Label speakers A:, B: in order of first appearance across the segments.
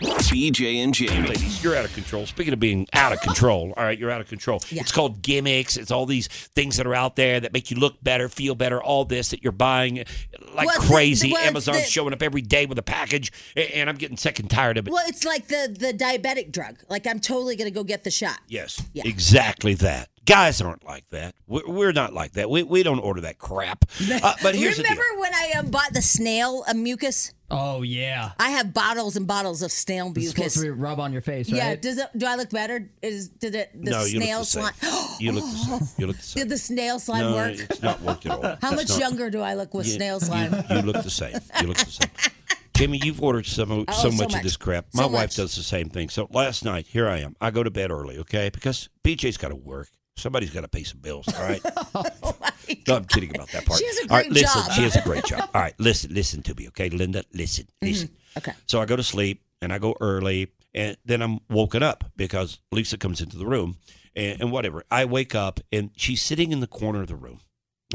A: BJ and Jamie.
B: Ladies, you're out of control. Speaking of being out of control, all right, you're out of control. It's called gimmicks. It's all these things that are out there that make you look better, feel better, all this that you're buying like
C: Well, it's the-
B: crazy.
C: well, it's
B: Amazon's
C: the-
B: showing up every day with a package, a- and I'm getting sick and tired of it.
C: Well, it's like the the diabetic drug. Like I'm totally gonna go get the shot.
B: Yes,
C: Yeah.
B: exactly that. Guys aren't like that. We're, we're not like that. We, we don't order that crap. Uh, but here's the deal.
C: Remember when I um, bought the snail um, mucus?
D: Oh yeah.
C: I have bottles and bottles of snail
D: It's supposed
C: mucus.
D: to be rub on your face,
C: Yeah.
D: right?
C: Does it, do I look better? Is did it the
B: no, you
C: snail
B: look the same.
C: slime?
B: You look the same. You look the same.
C: did the snail slime
B: no,
C: work?
B: it's not worked at all.
C: How
B: It's
C: much
B: not-
C: younger do I look with
B: You-
C: snail
B: you-
C: slime?
B: You look the same. You look the same. Timmy, you've ordered so, mo- so
C: Oh, so
B: much of
C: much.
B: this crap.
C: So
B: My wife
C: much.
B: does the same thing. So last night, here I am. I go to bed early, okay? Because BJ's got to work. Somebody's got to pay some bills, all right? no, I'm kidding about that part.
C: She has a
B: all right,
C: great
B: listen,
C: job. Mm-hmm.
B: she has a great job. All right, listen, listen to me, okay? Linda, listen, listen.
C: Okay.
B: So I go to sleep and I go early and then I'm woken up because Lisa comes into the room and, and whatever. I wake up and she's sitting in the corner of the room.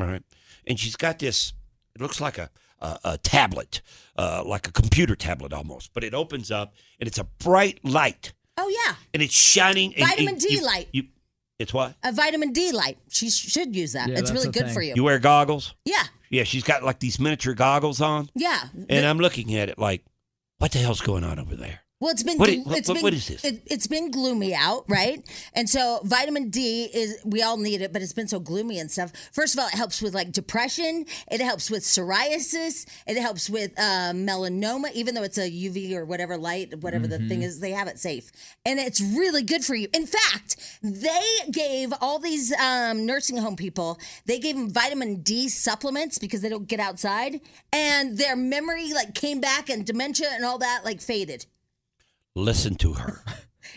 B: All right. And she's got this, it looks like a, a, a tablet, uh, like a computer tablet almost, but it opens up and it's a bright light
C: Oh yeah,
B: and it's shining. and-
C: Vitamin
B: and
C: D
B: you-
C: light.
B: You, it's what?
C: a vitamin D light. She sh- should use that.
D: Yeah,
C: it's
D: that's
C: really
D: a
C: good
D: thing.
C: for you.
B: You wear goggles?
C: yeah,
B: Yeah. She's got like these miniature goggles on.
C: yeah.
B: And I'm looking at it like, what the hell's going on over there?
C: Well, it's been
B: What i-
C: gl-
B: what-
C: it's
B: what-
C: been
B: what is this?
C: It, it's been gloomy out, right? And so vitamin D is we all need it, but it's been so gloomy and stuff. First of all, it helps with like depression. It helps with psoriasis. It helps with uh, melanoma, even though it's a UV or whatever light, whatever the
B: Mm-hmm.
C: thing is. They have it safe, and it's really good for you. In fact, they gave all these um, nursing home people they gave them vitamin D supplements because they don't get outside, and their memory like came back and dementia and all that like faded.
B: Listen to her.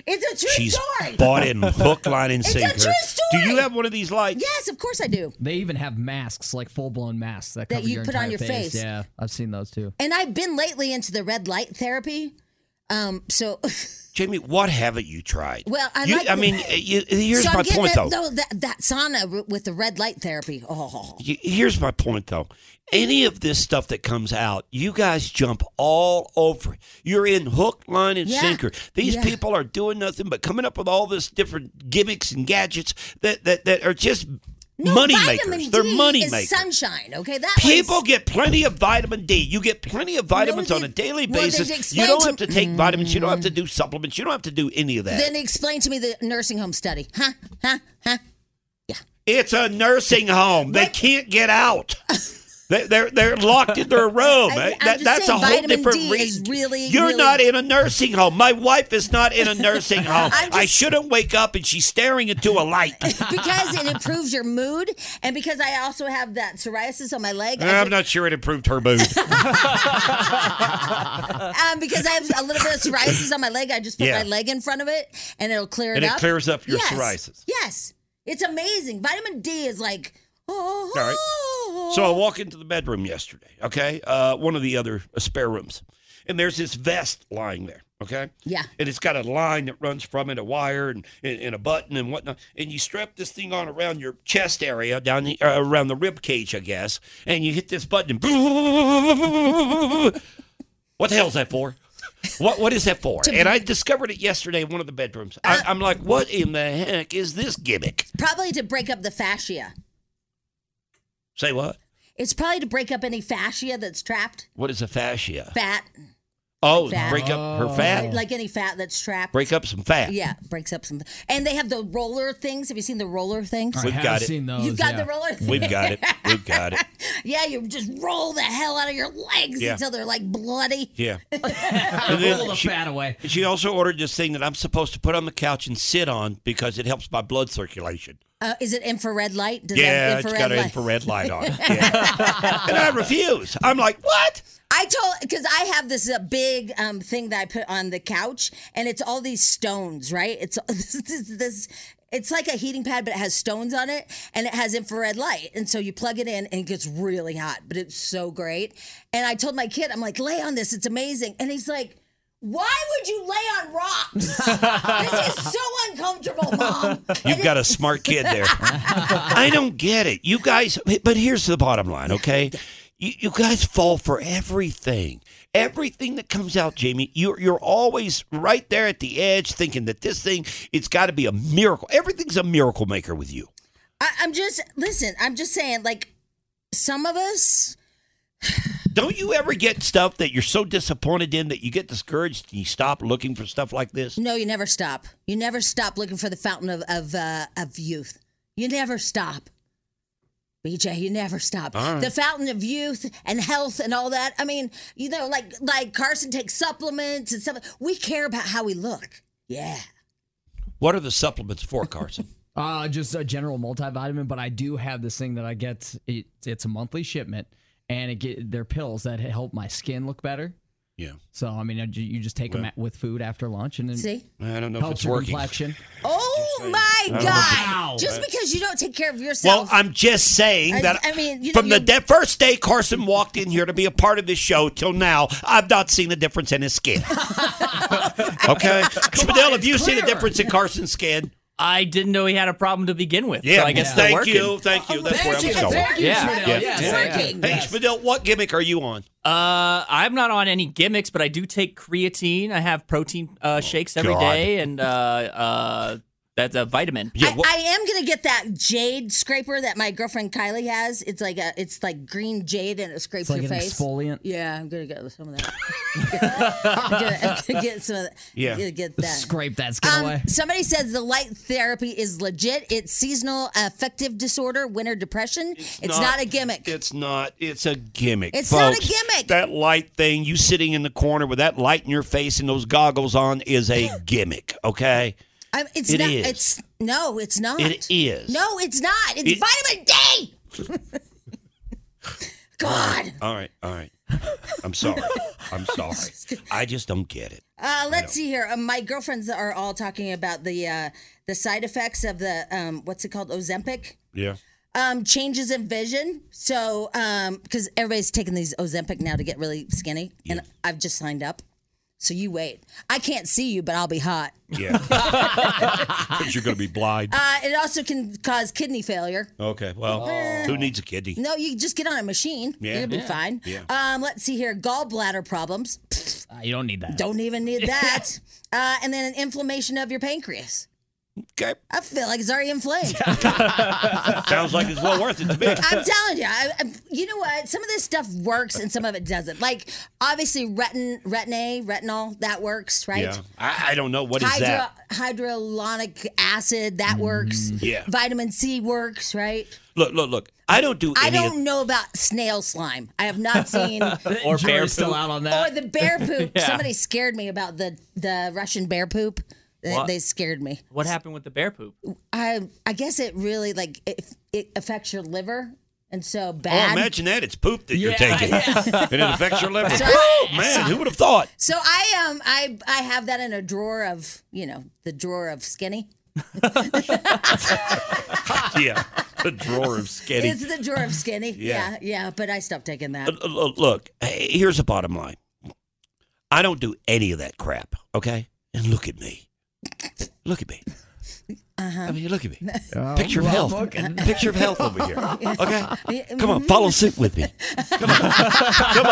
C: It's a true
B: She's
C: story.
B: bought in hook, line, and
C: It's a
B: sinker.
C: true story.
B: Do you have one of these lights?
C: yes, of course I do.
D: They even have masks, like full blown masks that,
C: That
D: cover
C: you
D: your
C: put on
D: entire
C: your face.
D: Yeah, I've seen those too.
C: And I've been lately into the red light therapy. Um, so,
B: Jamie, what haven't you tried?
C: Well, I
B: you,
C: like-
B: I mean, you, here's
C: so
B: my
C: I'm getting
B: point,
C: that,
B: though.
C: No, that, that sauna w- with the red light therapy. Oh,
B: You- Here's my point, though. Any of this stuff that comes out, you guys jump all over. it. You're in hook, line, and
C: Yeah.
B: sinker. These
C: Yeah.
B: people are doing nothing but coming up with all this different gimmicks and gadgets that that, that are just money
C: vitamin
B: makers.
C: D
B: They're money
C: is
B: makers.
C: sunshine. Okay, that
B: People
C: was-
B: get plenty of vitamin D. You get plenty of vitamins
C: they-
B: on a daily
C: well, they did
B: basis. You
C: explain
B: don't
C: to- Mm.
B: have to take vitamins. You don't have to do supplements. You don't have to do any of that.
C: Then explain to me the nursing home study. Huh? Huh? Huh?
B: It's a nursing home. They can't get out. They- They're they're locked in their room.
C: I-
B: That-
C: I'm just
B: that's
C: saying
B: a whole
C: vitamin
B: different
C: D is
B: reason.
C: really,
B: You're
C: really-
B: not in a nursing home. My wife is not in a nursing home.
C: I'm
B: I
C: just-
B: shouldn't wake up and she's staring into a light.
C: because it improves your mood, and because I also have that psoriasis on my leg. I
B: I'm
C: get-
B: not sure it improved her mood.
C: um, because I have a little bit of psoriasis on my leg. I just put
B: Yeah.
C: my leg in front of it, and it'll clear it
B: And it
C: up.
B: clears up your
C: yes.
B: psoriasis.
C: Yes, it's amazing. Vitamin D is like, oh,
B: All right. So I walk into the bedroom yesterday, okay? Uh, one of the other uh, spare rooms. And there's this vest lying there, okay?
C: Yeah.
B: And it's got a line that runs from it, a wire and, and, and a button and whatnot. And you strap this thing on around your chest area, down the, uh, around the rib cage, I guess. And you hit this button. And what the hell is that for? What what is that for? And I discovered it yesterday in one of the bedrooms.
C: Ah.
B: I, I'm like, what in the heck is this gimmick?
C: probably to break up the fascia.
B: Say what?
C: It's probably to break up any fascia that's trapped,
B: What is a fascia?
C: fat,
B: Oh,
C: Fat.
B: break up her fat.
C: like any fat that's trapped.
B: Oh. break up some fat.
C: yeah, breaks up some. And they have the roller things. Have you seen the roller things?
B: We've
D: I have
B: got it.
D: seen those.
C: You've got
D: yeah.
C: the roller. Thing.
B: We've got it. We've got it.
C: Yeah, you just roll the hell out of your legs
B: Yeah.
C: until they're like bloody.
B: Yeah. And then
D: Roll the
B: she,
D: fat away.
B: she also ordered this thing that I'm supposed to put on the couch and sit on because it helps my blood circulation.
C: Uh, is it infrared light? Does it have
B: Yeah, it's got an infrared light on it. Yeah. and I refuse. I'm like, what?
C: I told because I have this uh, big um, thing that I put on the couch, and it's all these stones, right? It's this, this, this. It's like a heating pad, but it has stones on it, and it has infrared light. And so you plug it in, and it gets really hot, but it's so great. And I told my kid, I'm like, lay on this, it's amazing. And he's like, Why would you lay on rocks? this is so uncomfortable, mom.
B: You've got a smart kid there. I don't get it. You guys, but here's the bottom line, okay? You, you guys fall for everything. Everything that comes out, Jamie, you're, you're always right there at the edge thinking that this thing, it's got to be a miracle. Everything's a miracle maker with you.
C: I, I'm just listen. I'm just saying, like some of us.
B: Don't you ever get stuff that you're so disappointed in that you get discouraged and you stop looking for stuff like this?
C: No, you never stop. You never stop looking for the fountain of of, uh, of youth. You never stop. BJ, you never stop. The fountain of youth and health and all that. I mean, you know, like like Carson takes supplements and stuff. We care about how we look. Yeah.
B: What are the supplements for, Carson?
D: Uh, just a general multivitamin, but I do have this thing that I get. It, it's a monthly shipment, and it get they're pills that help my skin look better.
B: yeah.
D: So I mean, you you just take them with food after lunch, and then
C: See?
B: I don't know if
D: helps
B: it's
D: your
B: working.
D: complexion.
C: Oh my God. Just because you don't take care of
B: Well,
C: yourself.
B: I'm just saying
C: I-
B: that
C: I mean, you know,
B: from the
C: you're-
B: de- first day Carson walked in here to be a part of this show till now, I've not seen a difference in his skin. okay? Spadell, have
E: it's
B: you seen a
E: clear.
B: difference in Carson's skin?
E: I didn't know he had a problem to begin with.
B: Yeah,
E: so I guess they're
B: thank
E: working.
B: you. Thank you. That's where I'm
C: Thank you,
B: going.
C: thank you,
E: Yeah.
C: Chanel.
B: Yeah.
C: It's
B: Yeah.
C: working.
B: Hey, Spadell, what gimmick are you on?
E: Uh, I'm not on any gimmicks, but I do take creatine. I have protein uh, shakes every day,
B: God.
E: and uh, uh, that's a vitamin.
B: Yeah,
C: I,
B: what-
C: I am gonna get that jade scraper that my girlfriend Kylie has. It's like a, it's like green jade and it scrapes
D: It's like
C: your
D: an
C: face.
D: exfoliant.
C: Yeah, I'm gonna get some of that. I'm gonna- I'm gonna get some of that.
B: Yeah.
C: I'm gonna get that.
D: Scrape that skin
C: Um,
D: away.
C: somebody says the light therapy is legit. It's seasonal affective disorder, winter depression. It's, not, a gimmick.
B: It's not. It's a gimmick.
C: It's not a
B: folks.
C: gimmick.
B: That light thing, you sitting in the corner with that light in your face and those goggles on, is a gimmick. Okay,
C: I, it's
B: it
C: not.
B: is.
C: It's no. It's not.
B: it is.
C: No, it's not. It's
B: It-
C: vitamin D. God.
B: All right. All right. I'm sorry. I'm sorry. I just don't get it.
C: Uh, let's see here. Um, my girlfriends are all talking about the uh, the side effects of the um, what's it called Ozempic
B: Yeah.
C: um, changes in vision. So because everybody's taking these Ozempic now to get really skinny, and I've just signed up. So you wait. I can't see you, but I'll be hot.
B: Yeah. Because you're going to be blind.
C: Uh, it also can cause kidney failure.
B: Okay. Well,
C: Oh.
B: who needs a kidney?
C: No, you just get on a machine.
B: Yeah.
C: You'll be
B: Yeah.
C: fine.
B: Yeah.
C: Um, let's see here. Gallbladder problems.
D: Uh, you don't need that.
C: Don't even need that. uh, and then an inflammation of your pancreas.
B: Okay.
C: I feel like it's already inflamed.
B: Sounds like it's well worth it to me.
C: I'm telling you, I, I, you know what? Some of this stuff works and some of it doesn't. Like obviously retin retin A, retinol that works, right?
B: Yeah. I, I don't know what is
C: Hydro,
B: that.
C: hydrolonic acid that works.
B: Mm. Yeah.
C: Vitamin C works, right?
B: Look, look, look. I don't do
C: I
B: any
C: don't know about snail slime. I have not seen or
E: Or bear
D: Jury's still
E: poop.
D: out on that.
C: the bear poop. Somebody scared me about the the Russian bear poop. They-
E: What?
C: They scared me.
E: What happened with the bear poop?
C: I I guess it really like it, it affects your liver, and so
B: Oh,
C: bad.
B: imagine that. It's poop that you're
D: Yeah,
B: taking. And it affects your liver. Oh, man. Who would have thought?
C: So I um I I have that in a drawer of you know the drawer of skinny.
B: Yeah. The drawer of skinny.
C: It's the drawer of skinny. yeah, yeah. But I stopped taking that.
B: Uh, uh, Look, hey, here's the bottom line. I don't do any of that crap, okay? And look at me. Look at me.
C: Uh-huh.
B: I mean, look at me.
C: Oh,
B: Picture of health. Picture of health over here. Okay? uh, Come on,
C: Mm-hmm.
B: follow suit with me. Come on. Come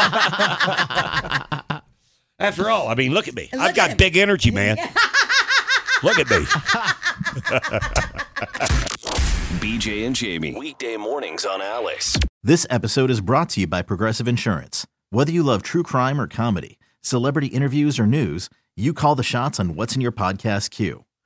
B: on. After all, I mean, look at me.
C: Look
B: I've
C: at
B: got
C: him.
B: big energy, man. look at me.
A: BJ and Jamie. Weekday mornings on Alice.
F: This episode is brought to you by Progressive Insurance. Whether you love true crime or comedy, celebrity interviews or news, you call the shots on what's in your podcast queue.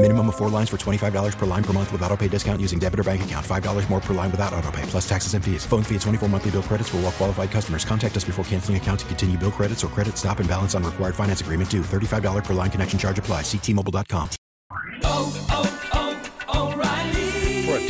G: Minimum of four lines for $25 per line per month with auto pay discount using debit or bank account. $5 more per line without auto pay, plus taxes and fees. Phone fee at 24 monthly bill credits for all well qualified customers. Contact us before canceling account to continue bill credits or credit stop and balance on required finance agreement due. $35 per line connection charge applies. Ctmobile.com.